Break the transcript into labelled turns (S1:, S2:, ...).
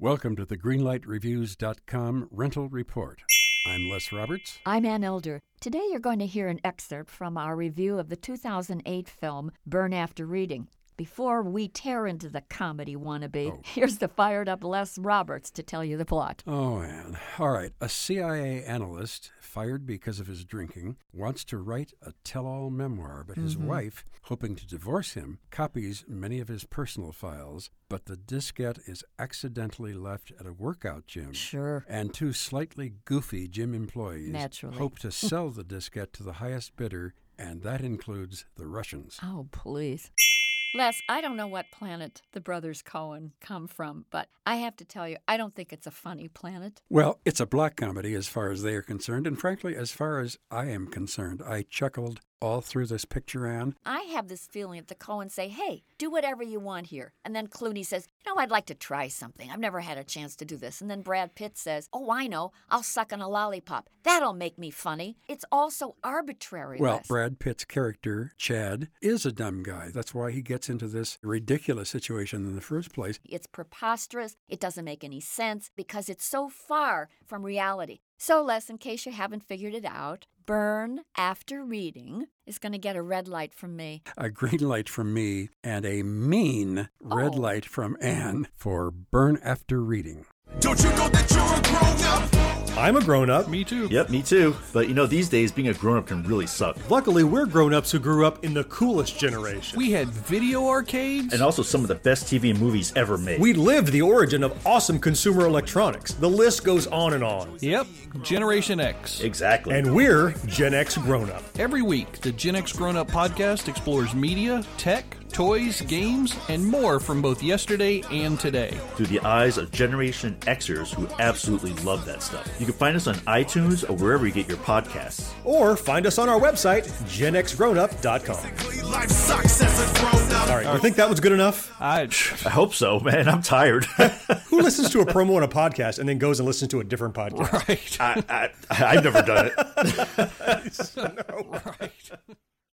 S1: Welcome to the GreenlightReviews.com Rental Report. I'm Les Roberts.
S2: I'm Ann Elder. Today you're going to hear an excerpt from our review of the 2008 film Burn After Reading. Before we tear into the comedy wannabe,
S1: Oh.
S2: here's the fired up Les Roberts to tell you the plot.
S1: Oh, Ann. All right. A CIA analyst, fired because of his drinking, wants to write a tell all memoir, but
S2: Mm-hmm.
S1: his wife, hoping to divorce him, copies many of his personal files, but the diskette is accidentally left at a workout gym.
S2: Sure.
S1: And two slightly goofy gym employees
S2: Naturally.
S1: hope to sell the diskette to the highest bidder, and that includes the Russians.
S2: Oh, please. Les, I don't know what planet the brothers Cohen come from, but I have to tell you, I don't think it's a funny planet.
S1: Well, it's a black comedy as far as they are concerned, and frankly, as far as I am concerned, I chuckled all through this picture, Anne.
S2: I have this feeling that the Cohens say, hey, do whatever you want here. And then Clooney says, you know, I'd like to try something. I've never had a chance to do this. And then Brad Pitt says, oh, I know. I'll suck on a lollipop. That'll make me funny. It's also arbitrary.
S1: Well,
S2: Les.
S1: Brad Pitt's character, Chad, is a dumb guy. That's why he gets into this ridiculous situation in the first place.
S2: It's preposterous. It doesn't make any sense because it's so far from reality. So, Les, in case you haven't figured it out, Burn after reading is going to get a red light from me.
S1: A green light from me and a mean red
S2: Oh.
S1: light from Anne for Burn After Reading.
S3: Don't you know that you're a grown up?
S4: I'm a grown up.
S5: Me too.
S6: Yep, me too. But you know, these days being a grown up can really suck.
S4: Luckily, we're grown ups who grew up in the coolest generation.
S5: We had video arcades.
S6: And also some of the best TV and movies ever made.
S4: We lived the origin of awesome consumer electronics. The list goes on and on.
S5: yep. Generation X.
S6: exactly.
S4: And we're Gen X grown up.
S5: Every week, the Gen X Grown Up podcast explores media, tech, toys, games, and more from both yesterday and today.
S6: through the eyes of Generation Xers who absolutely love that stuff. You can find us on iTunes or wherever you get your podcasts.
S4: Or find us on our website, genxgrownup.com.
S3: Life sucks as a grown up.
S4: All right, you think that was good enough?
S5: I
S6: I hope so, man. I'm tired.
S4: Who listens to a promo on a podcast and then goes and listens to a different podcast?
S5: right.
S6: I, I, I've never done it.
S5: right.